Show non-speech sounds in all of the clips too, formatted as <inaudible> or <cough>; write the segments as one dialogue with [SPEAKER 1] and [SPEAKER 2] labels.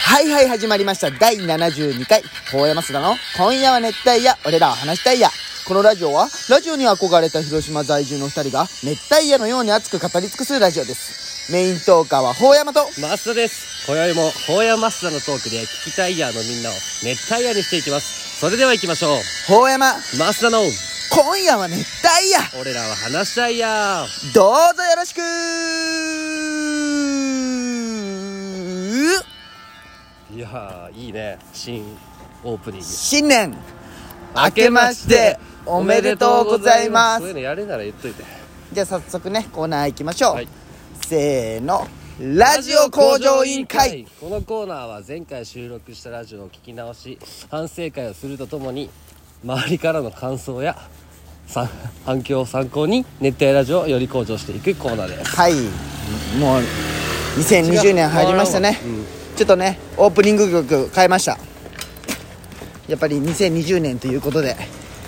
[SPEAKER 1] はいはい始まりました。第72回、高山須田の今夜は熱帯夜、俺らは話したいや。このラジオは、ラジオに憧れた広島在住の二人が、熱帯夜のように熱く語り尽くすラジオです。メイントーカーは、法山と、
[SPEAKER 2] マスダです今宵もホーヤマスダのトークで聞きたいヤーのみんなを熱帯夜にしていきますそれでは行きましょう
[SPEAKER 1] 法山、
[SPEAKER 2] マスダの
[SPEAKER 1] 今夜は熱帯夜、
[SPEAKER 2] 俺らは話したいヤー
[SPEAKER 1] どうぞよろしく
[SPEAKER 2] いやーいいね新オープニング
[SPEAKER 1] 新年、明けまして、おめでとうございま
[SPEAKER 2] そう
[SPEAKER 1] す
[SPEAKER 2] いう。のやるなら言っといて
[SPEAKER 1] じゃあ早速ね、コーナー行きましょう。
[SPEAKER 2] はい
[SPEAKER 1] せーの。ラジオ向上委員会
[SPEAKER 2] このコーナーは前回収録したラジオを聞き直し反省会をするとともに周りからの感想やさん反響を参考に熱帯ラジオをより向上していくコーナーです
[SPEAKER 1] はいもう2020年入りましたね、ちょっとねオープニング曲変えましたやっぱり2020年ということで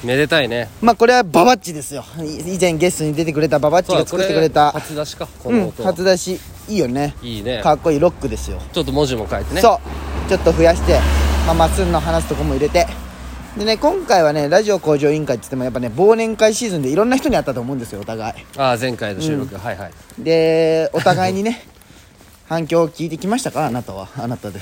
[SPEAKER 2] めでたいね
[SPEAKER 1] まあこれはババッチですよい以前ゲストに出てくれたババッチが作ってくれた
[SPEAKER 2] そうこ初出しかこ
[SPEAKER 1] う
[SPEAKER 2] の
[SPEAKER 1] ん
[SPEAKER 2] 音、
[SPEAKER 1] 初出しいいよね
[SPEAKER 2] いいね
[SPEAKER 1] かっこいいロックですよ、
[SPEAKER 2] ちょっと文字も変えてね
[SPEAKER 1] そうちょっと増やしてまあまっすんの話すとこも入れてでね今回はねラジオ向上委員会って言ってもやっぱね忘年会シーズンでいろんな人に会ったと思うんですよお互い
[SPEAKER 2] ああ前回の収録、はいはい
[SPEAKER 1] でお互いにね反響を聞いてきましたかあなたはあなたで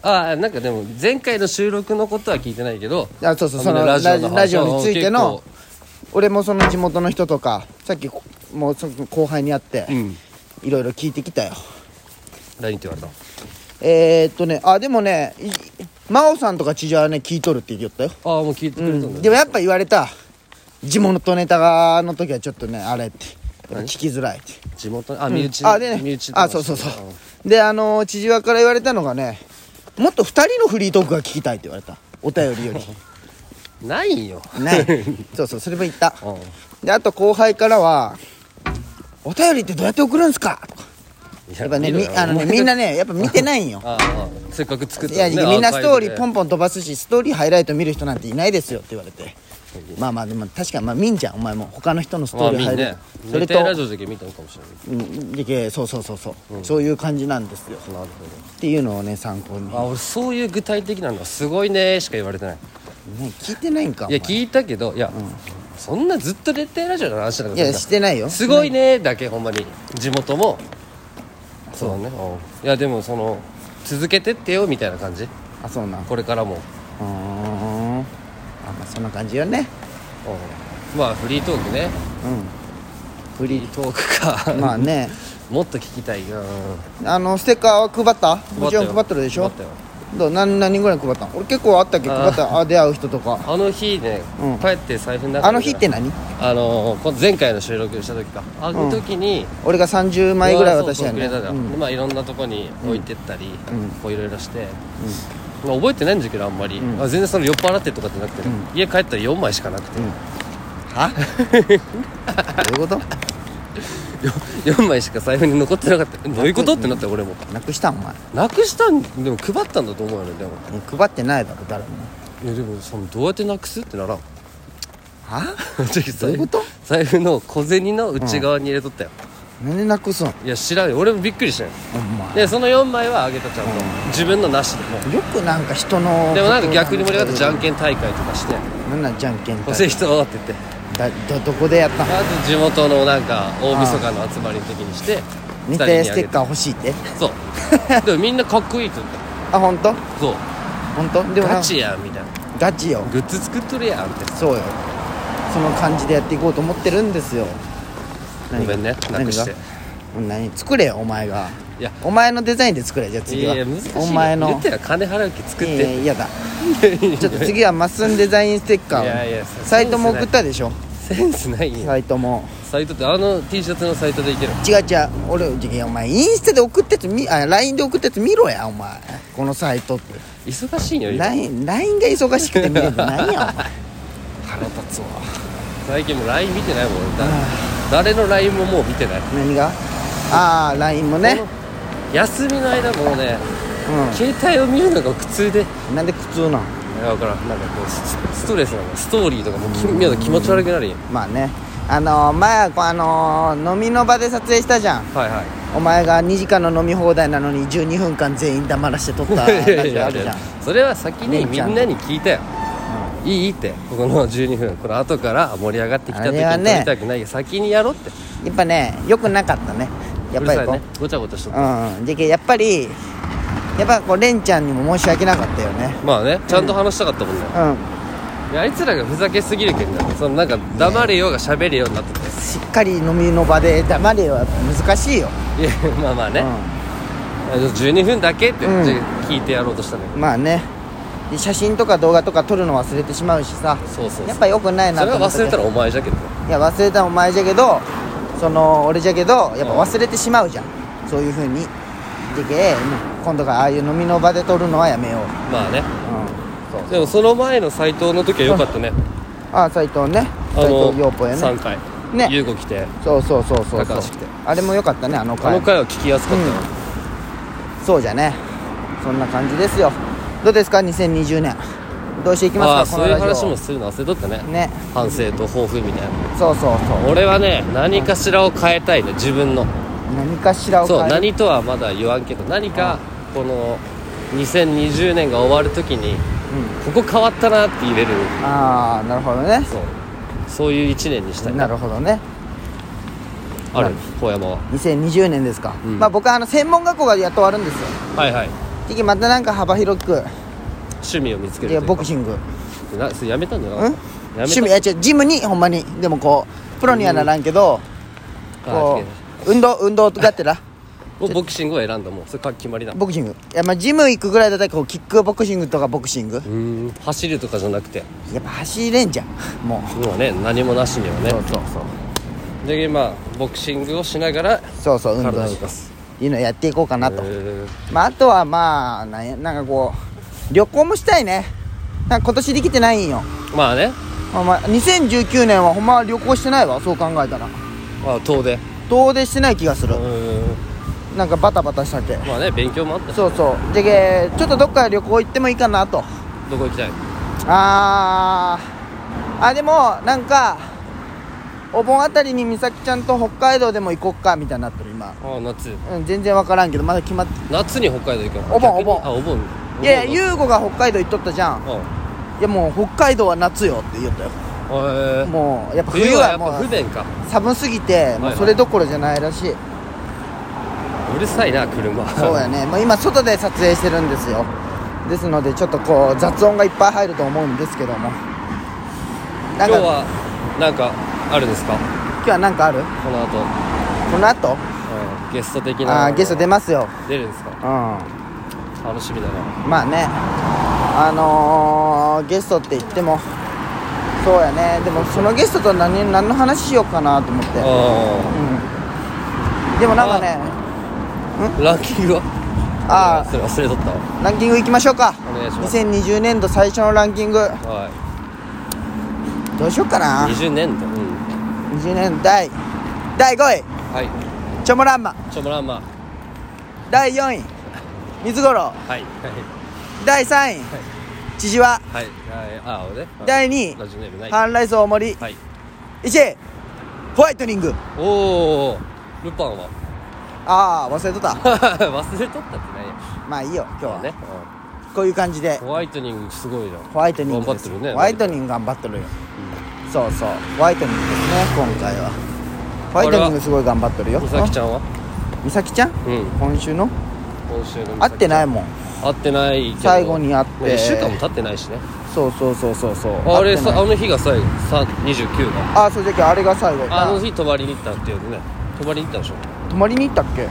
[SPEAKER 2] ああなんかでも前回の収録のことは聞いてないけど
[SPEAKER 1] あそうそうそ
[SPEAKER 2] あ
[SPEAKER 1] の
[SPEAKER 2] ね
[SPEAKER 1] ラジ
[SPEAKER 2] 話
[SPEAKER 1] ラジオについての
[SPEAKER 2] 結
[SPEAKER 1] 俺もその地元の人とかさっきこもうその後輩に会って
[SPEAKER 2] 構うん
[SPEAKER 1] いろいろ聞いてきたよ
[SPEAKER 2] 何って言われたの
[SPEAKER 1] えー、っとねあでもねい真央さんとか千々はね聞いとるって言ったよ、
[SPEAKER 2] ああもう聞いてくれたんだ、
[SPEAKER 1] でもやっぱ言われた地元ネタがの時はちょっとねあれってやっぱ聞きづらいって
[SPEAKER 2] 地元あ身内、
[SPEAKER 1] あで
[SPEAKER 2] 身
[SPEAKER 1] ね
[SPEAKER 2] 内とか
[SPEAKER 1] あそうそうそうであのー、千々和から言われたのがねもっと二人のフリートークが聞きたいって言われたお便
[SPEAKER 2] <laughs>
[SPEAKER 1] りより
[SPEAKER 2] うんないよ
[SPEAKER 1] ねそうそうそれも言った
[SPEAKER 2] うん
[SPEAKER 1] であと後輩からは「お便りってどうやって送るんですか?」とかやっぱねみあのねみんなねやっぱ見てないん
[SPEAKER 2] <laughs>
[SPEAKER 1] よ
[SPEAKER 2] ああせっかく作っ
[SPEAKER 1] いや
[SPEAKER 2] たのね
[SPEAKER 1] みんなストーリーポ
[SPEAKER 2] ン
[SPEAKER 1] ンポン飛ばすしストーリーハイライト見る人なんていないですよって言われてまあまあでも確かにまあ見んじゃんお前も他の人のス
[SPEAKER 2] ま
[SPEAKER 1] トー
[SPEAKER 2] あ
[SPEAKER 1] リー
[SPEAKER 2] み
[SPEAKER 1] ハ
[SPEAKER 2] ん
[SPEAKER 1] イライ
[SPEAKER 2] ね
[SPEAKER 1] トそれ
[SPEAKER 2] 熱帯ラジ
[SPEAKER 1] と
[SPEAKER 2] オだけ見たのかもしれない
[SPEAKER 1] うんでけそうそうそうそうそういう感じなんですよ
[SPEAKER 2] なる
[SPEAKER 1] っていうのをね参考に
[SPEAKER 2] ほどあ俺そういう具体的なのがすごいねしか言われてない
[SPEAKER 1] ね聞いてないんかお
[SPEAKER 2] いや
[SPEAKER 1] 前
[SPEAKER 2] 聞いたけどいや、そんなずっと熱帯ラジオの話なんか
[SPEAKER 1] いやしてないよ
[SPEAKER 2] すごいねだけほんまに地元もそうだねうんいやでもその続けてってよみたいな感じ
[SPEAKER 1] あそうなんう
[SPEAKER 2] これからも、
[SPEAKER 1] ーんあまあそんな感じよね
[SPEAKER 2] うんまあフリートークね
[SPEAKER 1] うんフ
[SPEAKER 2] フ
[SPEAKER 1] リ
[SPEAKER 2] リートークか、
[SPEAKER 1] ーまあね
[SPEAKER 2] もっと聞きたいうん
[SPEAKER 1] あのステッカーは配ったもちろん配ってるでしょ
[SPEAKER 2] 配ったよ
[SPEAKER 1] どう何何人ぐらい配ったの俺結構あったっけど配
[SPEAKER 2] あー
[SPEAKER 1] ったあ出会う人と
[SPEAKER 2] <laughs>
[SPEAKER 1] か
[SPEAKER 2] あの日ね、
[SPEAKER 1] うん
[SPEAKER 2] 帰って財布の中
[SPEAKER 1] あの日って何
[SPEAKER 2] あのこ前回の収録した時かあの時に、
[SPEAKER 1] 俺が30枚ぐらい渡したよ
[SPEAKER 2] そう
[SPEAKER 1] ね
[SPEAKER 2] そうくれたじゃん
[SPEAKER 1] うん
[SPEAKER 2] でまあいろんなとこに置いてったり、
[SPEAKER 1] うん
[SPEAKER 2] こういろいろして、まあ、覚えてないんだけどあんまり、あ全然その酔っ払ってとかじゃなくて、ね家帰ったら4枚しかなくて、
[SPEAKER 1] は
[SPEAKER 2] <laughs>
[SPEAKER 1] どういうこ
[SPEAKER 2] 4枚しか財布に残ってなかったどういうことってなって俺も
[SPEAKER 1] となくしたんお前
[SPEAKER 2] なくしたんでも配ったんだと思うよねでも
[SPEAKER 1] 配ってないだろ誰も
[SPEAKER 2] いやでもそのどうやってなくすってならん <laughs>
[SPEAKER 1] は
[SPEAKER 2] 正直
[SPEAKER 1] どういうこと
[SPEAKER 2] 財布の小銭の内側に入れとったよ、
[SPEAKER 1] 何でなくすん
[SPEAKER 2] いや知らんよ俺もびっくりしたよ
[SPEAKER 1] お前
[SPEAKER 2] でその4枚はあげたちゃんと、自分のなしでも
[SPEAKER 1] よくなんか人の
[SPEAKER 2] でもなんか逆に盛り上がってじゃん
[SPEAKER 1] ん
[SPEAKER 2] けん大会とかして
[SPEAKER 1] なんなんじゃんけん
[SPEAKER 2] 「欲
[SPEAKER 1] 大
[SPEAKER 2] しい
[SPEAKER 1] 会
[SPEAKER 2] 人!」って言って
[SPEAKER 1] だどどこでやったの
[SPEAKER 2] あと地元のなんか大晦日の集まりの時にして
[SPEAKER 1] 似
[SPEAKER 2] 二人にあげ
[SPEAKER 1] てス
[SPEAKER 2] て
[SPEAKER 1] テッカー欲しいって
[SPEAKER 2] そう
[SPEAKER 1] <laughs>
[SPEAKER 2] でもみんなかっこいいって言っ
[SPEAKER 1] あ本当
[SPEAKER 2] たそう
[SPEAKER 1] 本当でもなん
[SPEAKER 2] ガ
[SPEAKER 1] か
[SPEAKER 2] チやんみたいな
[SPEAKER 1] ガチよ
[SPEAKER 2] グッズ作っとるやんって
[SPEAKER 1] そうよその感じでやっていこうと思ってるんですよ
[SPEAKER 2] ご
[SPEAKER 1] 何が
[SPEAKER 2] めんねな
[SPEAKER 1] 何
[SPEAKER 2] く
[SPEAKER 1] が
[SPEAKER 2] して
[SPEAKER 1] 何作れよお前が
[SPEAKER 2] いや
[SPEAKER 1] お前のデザインで作れじゃあ次
[SPEAKER 2] い
[SPEAKER 1] は
[SPEAKER 2] や難しいよ
[SPEAKER 1] お前
[SPEAKER 2] 言
[SPEAKER 1] の
[SPEAKER 2] ったら金払う気作っ
[SPEAKER 1] いや
[SPEAKER 2] て
[SPEAKER 1] いやだちょっと次はマッスンデザインステッカーをね
[SPEAKER 2] いやいやそう
[SPEAKER 1] サイトも送ったでしょ
[SPEAKER 2] センスないよ
[SPEAKER 1] サイトも
[SPEAKER 2] サイトってあの T シャツのサイトでいける
[SPEAKER 1] 違う違う俺いやお前インスタで送ったやつみあ LINE で送ったやつ見ろやお前このサイトって
[SPEAKER 2] 忙しいよ今
[SPEAKER 1] LINE, LINE が忙しくて見れてないやお
[SPEAKER 2] <laughs>
[SPEAKER 1] 前腹立つわ
[SPEAKER 2] 最近もう LINE 見てないもん俺だ誰の LINE ももう見てない
[SPEAKER 1] 何がああ LINE もね
[SPEAKER 2] この休みの間もうね
[SPEAKER 1] う
[SPEAKER 2] 携帯を見るのが苦痛で
[SPEAKER 1] んなんで苦痛なん
[SPEAKER 2] だからんなんかこうスストレスなのストーリーとかもき見ると気持ち悪くなるよ
[SPEAKER 1] まあねあのー前はこうあのー飲みの場で撮影したじゃん
[SPEAKER 2] <laughs> はいはい
[SPEAKER 1] お前が2時間の飲み放題なのに12分間全員黙らして撮
[SPEAKER 2] <laughs>
[SPEAKER 1] ったラジオあるじゃん
[SPEAKER 2] それは先に
[SPEAKER 1] 姉
[SPEAKER 2] み
[SPEAKER 1] ちゃん
[SPEAKER 2] んなに聞いたよいいってここの12分この後から盛り上がってきた時に
[SPEAKER 1] あれはね
[SPEAKER 2] 撮りたくないよ先にやろうって
[SPEAKER 1] やっぱね良くなかったねやっぱり
[SPEAKER 2] うる
[SPEAKER 1] こ
[SPEAKER 2] さ
[SPEAKER 1] う
[SPEAKER 2] いねごちゃごちゃしとっ
[SPEAKER 1] うんでけやっぱりやっぱこうレンちゃんにも申し訳なかったよね
[SPEAKER 2] まあねちゃんと話したかったもんね
[SPEAKER 1] うん
[SPEAKER 2] いやあいつらがふざけすぎるけんだそのなんか黙れようが喋れようになってて
[SPEAKER 1] しっかり飲みの場で黙れよやっぱ難しいよ、
[SPEAKER 2] いやまあまあね、12分だけって、
[SPEAKER 1] うん
[SPEAKER 2] じゃあ聞いてやろうとしたのよ
[SPEAKER 1] うん、まあねで写真とか動画とか撮るの忘れてしまうしさ
[SPEAKER 2] そうそうそう
[SPEAKER 1] やっぱ良くないな
[SPEAKER 2] それ
[SPEAKER 1] と
[SPEAKER 2] は
[SPEAKER 1] 思って
[SPEAKER 2] 忘れたらお前じゃけどね
[SPEAKER 1] いや忘れたのお前じゃけどその俺じゃけどやっぱ忘れてしまうじゃん、そういうふうにでけ今度からああいう飲みの場で撮るのはやめよう、うん、
[SPEAKER 2] まあねでもその前の斎藤の時は良かったね
[SPEAKER 1] ああ斎藤ね
[SPEAKER 2] あ
[SPEAKER 1] 斎
[SPEAKER 2] の
[SPEAKER 1] 藤陽子や
[SPEAKER 2] 3
[SPEAKER 1] ね
[SPEAKER 2] 回
[SPEAKER 1] ね
[SPEAKER 2] 優子来て
[SPEAKER 1] そうそうそうそうそ
[SPEAKER 2] 高
[SPEAKER 1] う
[SPEAKER 2] 橋来て
[SPEAKER 1] あれも良かったねあの
[SPEAKER 2] あ
[SPEAKER 1] 回
[SPEAKER 2] の回は聞きやすかったよ、
[SPEAKER 1] そうじゃねそんな感じですよどうですか2020年どうしていき
[SPEAKER 2] あ
[SPEAKER 1] ま
[SPEAKER 2] あ
[SPEAKER 1] すか
[SPEAKER 2] そ
[SPEAKER 1] こ
[SPEAKER 2] う
[SPEAKER 1] の
[SPEAKER 2] いう
[SPEAKER 1] ラジオ
[SPEAKER 2] 話もするの忘れとったね
[SPEAKER 1] ね
[SPEAKER 2] 反省と抱負みたいな
[SPEAKER 1] そうそうそう
[SPEAKER 2] 俺はね何かしらを変えたいね自分の
[SPEAKER 1] 何かしらを
[SPEAKER 2] そう
[SPEAKER 1] 変える
[SPEAKER 2] 何とはまだ言わんけど何かこの2020年が終わる時に
[SPEAKER 1] う
[SPEAKER 2] ここ変わったなって入れる
[SPEAKER 1] ん、ああなるほどね
[SPEAKER 2] そうそういう1年にしたい
[SPEAKER 1] なるほどね
[SPEAKER 2] ある高山は
[SPEAKER 1] 2020年ですか、
[SPEAKER 2] うん
[SPEAKER 1] まあ僕はあの専門学校がやっと終わるんですよ
[SPEAKER 2] はいはい
[SPEAKER 1] 次またなんか幅広く
[SPEAKER 2] 趣味を見つける
[SPEAKER 1] でボク
[SPEAKER 2] シ
[SPEAKER 1] シングん
[SPEAKER 2] なそれやめたんじゃなかったやめた
[SPEAKER 1] 趣味いや違うジムにほんまにでもこうプロにはならんけど、
[SPEAKER 2] あ
[SPEAKER 1] こ
[SPEAKER 2] 違う
[SPEAKER 1] う運動運動とかってな
[SPEAKER 2] もうボクシングを選んだもうそれか決まりだう
[SPEAKER 1] ボクシングいやまあジム行くぐらいだったらこうキックボクシングとかボクシング
[SPEAKER 2] ーん走るとかじゃなくて
[SPEAKER 1] やっぱ走れんじゃん <laughs> もう
[SPEAKER 2] もうね何もなしにはね
[SPEAKER 1] そうそう
[SPEAKER 2] で今ボクシングをしながら
[SPEAKER 1] そうそう運動
[SPEAKER 2] 体を
[SPEAKER 1] し
[SPEAKER 2] 動
[SPEAKER 1] て
[SPEAKER 2] か
[SPEAKER 1] っ
[SPEAKER 2] す
[SPEAKER 1] ていうのをやっていこうかなと、
[SPEAKER 2] えー
[SPEAKER 1] まああとはまあなんやなんかこう旅行もしたいねなんか今年できてないんよ
[SPEAKER 2] まあね
[SPEAKER 1] ほんま2019年はほんま旅行してないわそう考えたら
[SPEAKER 2] まあ遠出
[SPEAKER 1] 遠出してない気がす
[SPEAKER 2] う
[SPEAKER 1] る
[SPEAKER 2] ーん
[SPEAKER 1] なんかバタバタしたけ
[SPEAKER 2] まあね勉強もあったし
[SPEAKER 1] そうそうでけちょっとどっか旅行行ってもいいかなと
[SPEAKER 2] どこ行きたい
[SPEAKER 1] あーあでもなんかお盆あたりに美咲ちゃんと北海道でも行こっかみたいになってる今、
[SPEAKER 2] ああ夏
[SPEAKER 1] うん、全然分からんけどまだ決まって
[SPEAKER 2] 夏に北海道行くの
[SPEAKER 1] お盆
[SPEAKER 2] 逆に
[SPEAKER 1] お盆
[SPEAKER 2] あお盆
[SPEAKER 1] いやいや
[SPEAKER 2] う
[SPEAKER 1] 優吾が北海道行っとったじゃん
[SPEAKER 2] あ
[SPEAKER 1] いやもう北海道は夏よって言ったよ
[SPEAKER 2] えー
[SPEAKER 1] もうやっぱ
[SPEAKER 2] 冬
[SPEAKER 1] 冬
[SPEAKER 2] はや
[SPEAKER 1] は
[SPEAKER 2] っ
[SPEAKER 1] も
[SPEAKER 2] ぱ不
[SPEAKER 1] う
[SPEAKER 2] 便か
[SPEAKER 1] 寒すぎてもうそれどころじゃないらしいう
[SPEAKER 2] るさいな車
[SPEAKER 1] そうやねもう今外で撮影してるんですよですのでちょっとこう雑音がいっぱい入ると思うんですけどもなん
[SPEAKER 2] 今日
[SPEAKER 1] か
[SPEAKER 2] はなんかあるんですか
[SPEAKER 1] 今日は何かある
[SPEAKER 2] この後、
[SPEAKER 1] この後
[SPEAKER 2] うんゲスト的な
[SPEAKER 1] あーゲスト出ますよ
[SPEAKER 2] 出るんですか
[SPEAKER 1] うん
[SPEAKER 2] 楽しみだな
[SPEAKER 1] まあねあのー、ゲストって言ってもそうやねでもそのゲストと何何の話しようかなと思って、
[SPEAKER 2] あ
[SPEAKER 1] うん、でもなんかね
[SPEAKER 2] あランキングは
[SPEAKER 1] あ
[SPEAKER 2] それ忘れとったわ
[SPEAKER 1] ランキングいきましょうか
[SPEAKER 2] お願いします
[SPEAKER 1] 2020年度最初のランキング
[SPEAKER 2] は
[SPEAKER 1] どうしようかない
[SPEAKER 2] 20年度うん
[SPEAKER 1] 20年第第5位
[SPEAKER 2] はい
[SPEAKER 1] チョモランマ
[SPEAKER 2] チョモランマ
[SPEAKER 1] 第4位水五郎
[SPEAKER 2] はいはい
[SPEAKER 1] 第3位千々和
[SPEAKER 2] はいはいああ俺ね
[SPEAKER 1] 第二位
[SPEAKER 2] ラジオネームない
[SPEAKER 1] ハンライス大森
[SPEAKER 2] はい
[SPEAKER 1] 1位ホワイトニング
[SPEAKER 2] おおルパンは <laughs>
[SPEAKER 1] ああ忘れとった
[SPEAKER 2] 忘れとったってないや
[SPEAKER 1] まあいいよ今日
[SPEAKER 2] 今
[SPEAKER 1] は
[SPEAKER 2] 日ね
[SPEAKER 1] こういう感じで
[SPEAKER 2] うんホワイトニングすごいじゃん
[SPEAKER 1] ホワイトニングで
[SPEAKER 2] 頑張っ
[SPEAKER 1] す
[SPEAKER 2] てるね
[SPEAKER 1] ホワイトニング頑張ってるよそうそうホワイトニングですね今回はホワイトニングすごい頑張ってるよ
[SPEAKER 2] 美咲ち
[SPEAKER 1] ゃ
[SPEAKER 2] ゃんは
[SPEAKER 1] ん美咲ちゃん
[SPEAKER 2] うん
[SPEAKER 1] 今週の
[SPEAKER 2] 今週の美咲
[SPEAKER 1] 会ってない
[SPEAKER 2] も
[SPEAKER 1] もん
[SPEAKER 2] 会ってないけど
[SPEAKER 1] 最後に会って
[SPEAKER 2] 1週間も経ってないしね
[SPEAKER 1] そうそうそうそうそう
[SPEAKER 2] あれ
[SPEAKER 1] 会って
[SPEAKER 2] さ
[SPEAKER 1] ない
[SPEAKER 2] あの日が最後さ29が
[SPEAKER 1] ああそうじゃけあれが最後
[SPEAKER 2] あの
[SPEAKER 1] な
[SPEAKER 2] 日泊まりに行ったっていうのね泊まりに行ったでしょ
[SPEAKER 1] 泊まりに行ったっけ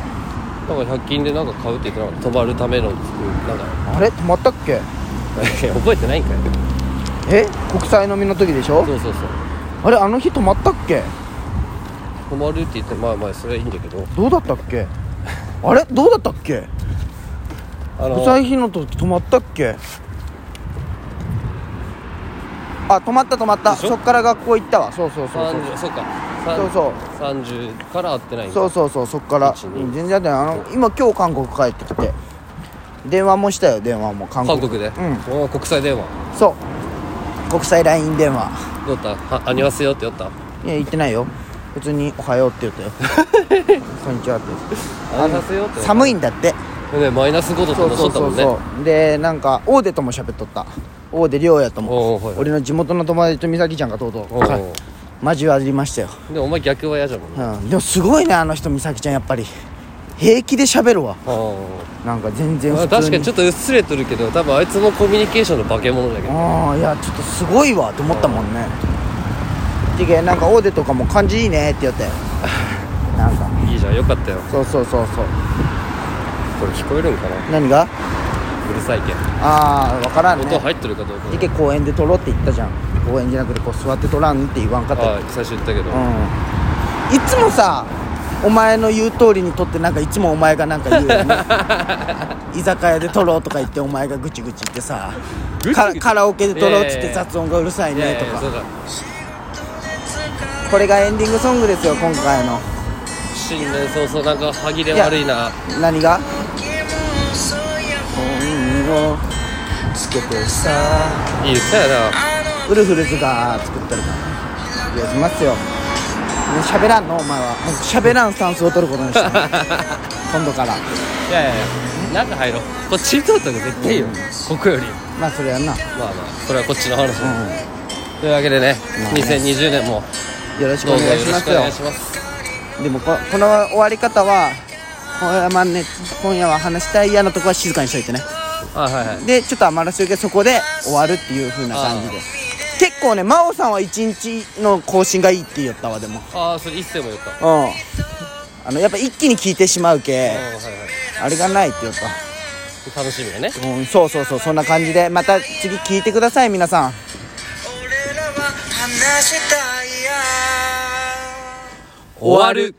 [SPEAKER 2] なんか100均でなんか買うって言ってなかった泊まるためのなんか <laughs>
[SPEAKER 1] あれ泊まったっけ
[SPEAKER 2] 覚えてないんかい
[SPEAKER 1] え国際飲みの時でしょ
[SPEAKER 2] そうそうそう
[SPEAKER 1] あれあの日泊まったっけ
[SPEAKER 2] 泊まるって言ってまあまあそれはいいんだけど
[SPEAKER 1] どうだったっけあれどうだったっけ
[SPEAKER 2] あ
[SPEAKER 1] 不
[SPEAKER 2] の
[SPEAKER 1] 在日の時泊まったっけあ泊まった泊まった
[SPEAKER 2] でしょ
[SPEAKER 1] そっから学校行ったわそうそうそうそう
[SPEAKER 2] 30そうか
[SPEAKER 1] そうそう
[SPEAKER 2] 30から会ってないんだ
[SPEAKER 1] そうそうそうそっから
[SPEAKER 2] 12
[SPEAKER 1] 全然やってないあの今今日韓国帰ってきて電話もしたよ電話も韓
[SPEAKER 2] 韓
[SPEAKER 1] 国
[SPEAKER 2] 国で、
[SPEAKER 1] う
[SPEAKER 2] おー国際電話
[SPEAKER 1] そう国際 LINE 電話
[SPEAKER 2] どうだったああにわせよってやった
[SPEAKER 1] いや行ってないよ普通に「おはよう」って言ったよ「こんにちは」って言って
[SPEAKER 2] ありますよって
[SPEAKER 1] 寒
[SPEAKER 2] い
[SPEAKER 1] いんだって
[SPEAKER 2] ねマイナス5度と話しとったもんね
[SPEAKER 1] うでなんか大手とも喋っとった大手亮也と
[SPEAKER 2] おう
[SPEAKER 1] も
[SPEAKER 2] おうはい
[SPEAKER 1] 俺の地元の友達と美咲ちゃんがとうとう
[SPEAKER 2] おう
[SPEAKER 1] か交わりましたよ、
[SPEAKER 2] でお前逆は嫌じゃもんね
[SPEAKER 1] うん、でもすごいねあの人美咲ちゃんやっぱり平気で喋るわなんか全然
[SPEAKER 2] まあ
[SPEAKER 1] 普通に、
[SPEAKER 2] 確かにちょっとうっすれとるけど多分あいつもコミュニケーションの化け物だけど
[SPEAKER 1] ああいやちょっとすごいわと思ったもんねてけなんか大手とかも感じいいねって言ったよなんか
[SPEAKER 2] いいじゃんよかったよ
[SPEAKER 1] そうそうそうそう
[SPEAKER 2] これ聞こえるんかな
[SPEAKER 1] 何が
[SPEAKER 2] うるさいけん
[SPEAKER 1] ああ分からん
[SPEAKER 2] 音
[SPEAKER 1] ね
[SPEAKER 2] 入ってるかどうか
[SPEAKER 1] てけ公園で撮ろうって言ったじゃん公園じゃなくてこう座って撮らんって言わんかったよ
[SPEAKER 2] ああ最初言ったけど
[SPEAKER 1] うんいつもさお前の言う通りにとってなんかいつもお前がなんか言う
[SPEAKER 2] <laughs>
[SPEAKER 1] よね居酒屋で撮ろうとか言ってお前がぐちぐち言ってさ
[SPEAKER 2] ぐちぐち
[SPEAKER 1] カラカラオケで撮ろうっつっ
[SPEAKER 2] いやいや
[SPEAKER 1] て
[SPEAKER 2] いや
[SPEAKER 1] 雑音がうるさい
[SPEAKER 2] いや
[SPEAKER 1] ね
[SPEAKER 2] い
[SPEAKER 1] と
[SPEAKER 2] やいや
[SPEAKER 1] か
[SPEAKER 2] そうだ
[SPEAKER 1] これがエンディングソングですよ今回の
[SPEAKER 2] 新年早々なんか歯切れ悪いな
[SPEAKER 1] 何が本をつけてさ
[SPEAKER 2] いい
[SPEAKER 1] <laughs>
[SPEAKER 2] 歌やな
[SPEAKER 1] ウルフルズが作ってるからいやしますよね喋らんのお前はもう喋らんスタンスを取ることにし
[SPEAKER 2] <laughs>
[SPEAKER 1] たね今度から
[SPEAKER 2] いやいやいや中入ろうこっち通った方が絶対いいよここより
[SPEAKER 1] まあそれやんな
[SPEAKER 2] まあまあそれはこっちの話だ
[SPEAKER 1] う
[SPEAKER 2] というわけでね
[SPEAKER 1] まあね
[SPEAKER 2] 2020年も
[SPEAKER 1] んよろしく
[SPEAKER 2] ど
[SPEAKER 1] お
[SPEAKER 2] うぞ
[SPEAKER 1] 願い
[SPEAKER 2] よ
[SPEAKER 1] し
[SPEAKER 2] ろ
[SPEAKER 1] ま
[SPEAKER 2] しく
[SPEAKER 1] す
[SPEAKER 2] お
[SPEAKER 1] よ
[SPEAKER 2] 願いします
[SPEAKER 1] でもここの終わり方は今夜は,、ね、今夜は話したい嫌なとこは静かにしといてね
[SPEAKER 2] あはいはい
[SPEAKER 1] でちょっと余らせるけどそこで終わるっていう風な感じで結構ね真央さんは1日の更新がいいって言ったわでも
[SPEAKER 2] ああそれ一世も言った
[SPEAKER 1] うんあのやっぱ一気に聞いてしまうけ
[SPEAKER 2] うんはいはい
[SPEAKER 1] あれがないって言った
[SPEAKER 2] 楽しみやね
[SPEAKER 1] うんそうそうそうそんな感じでまた次聞いてください皆さん
[SPEAKER 3] 俺らは話したいや
[SPEAKER 2] 終わる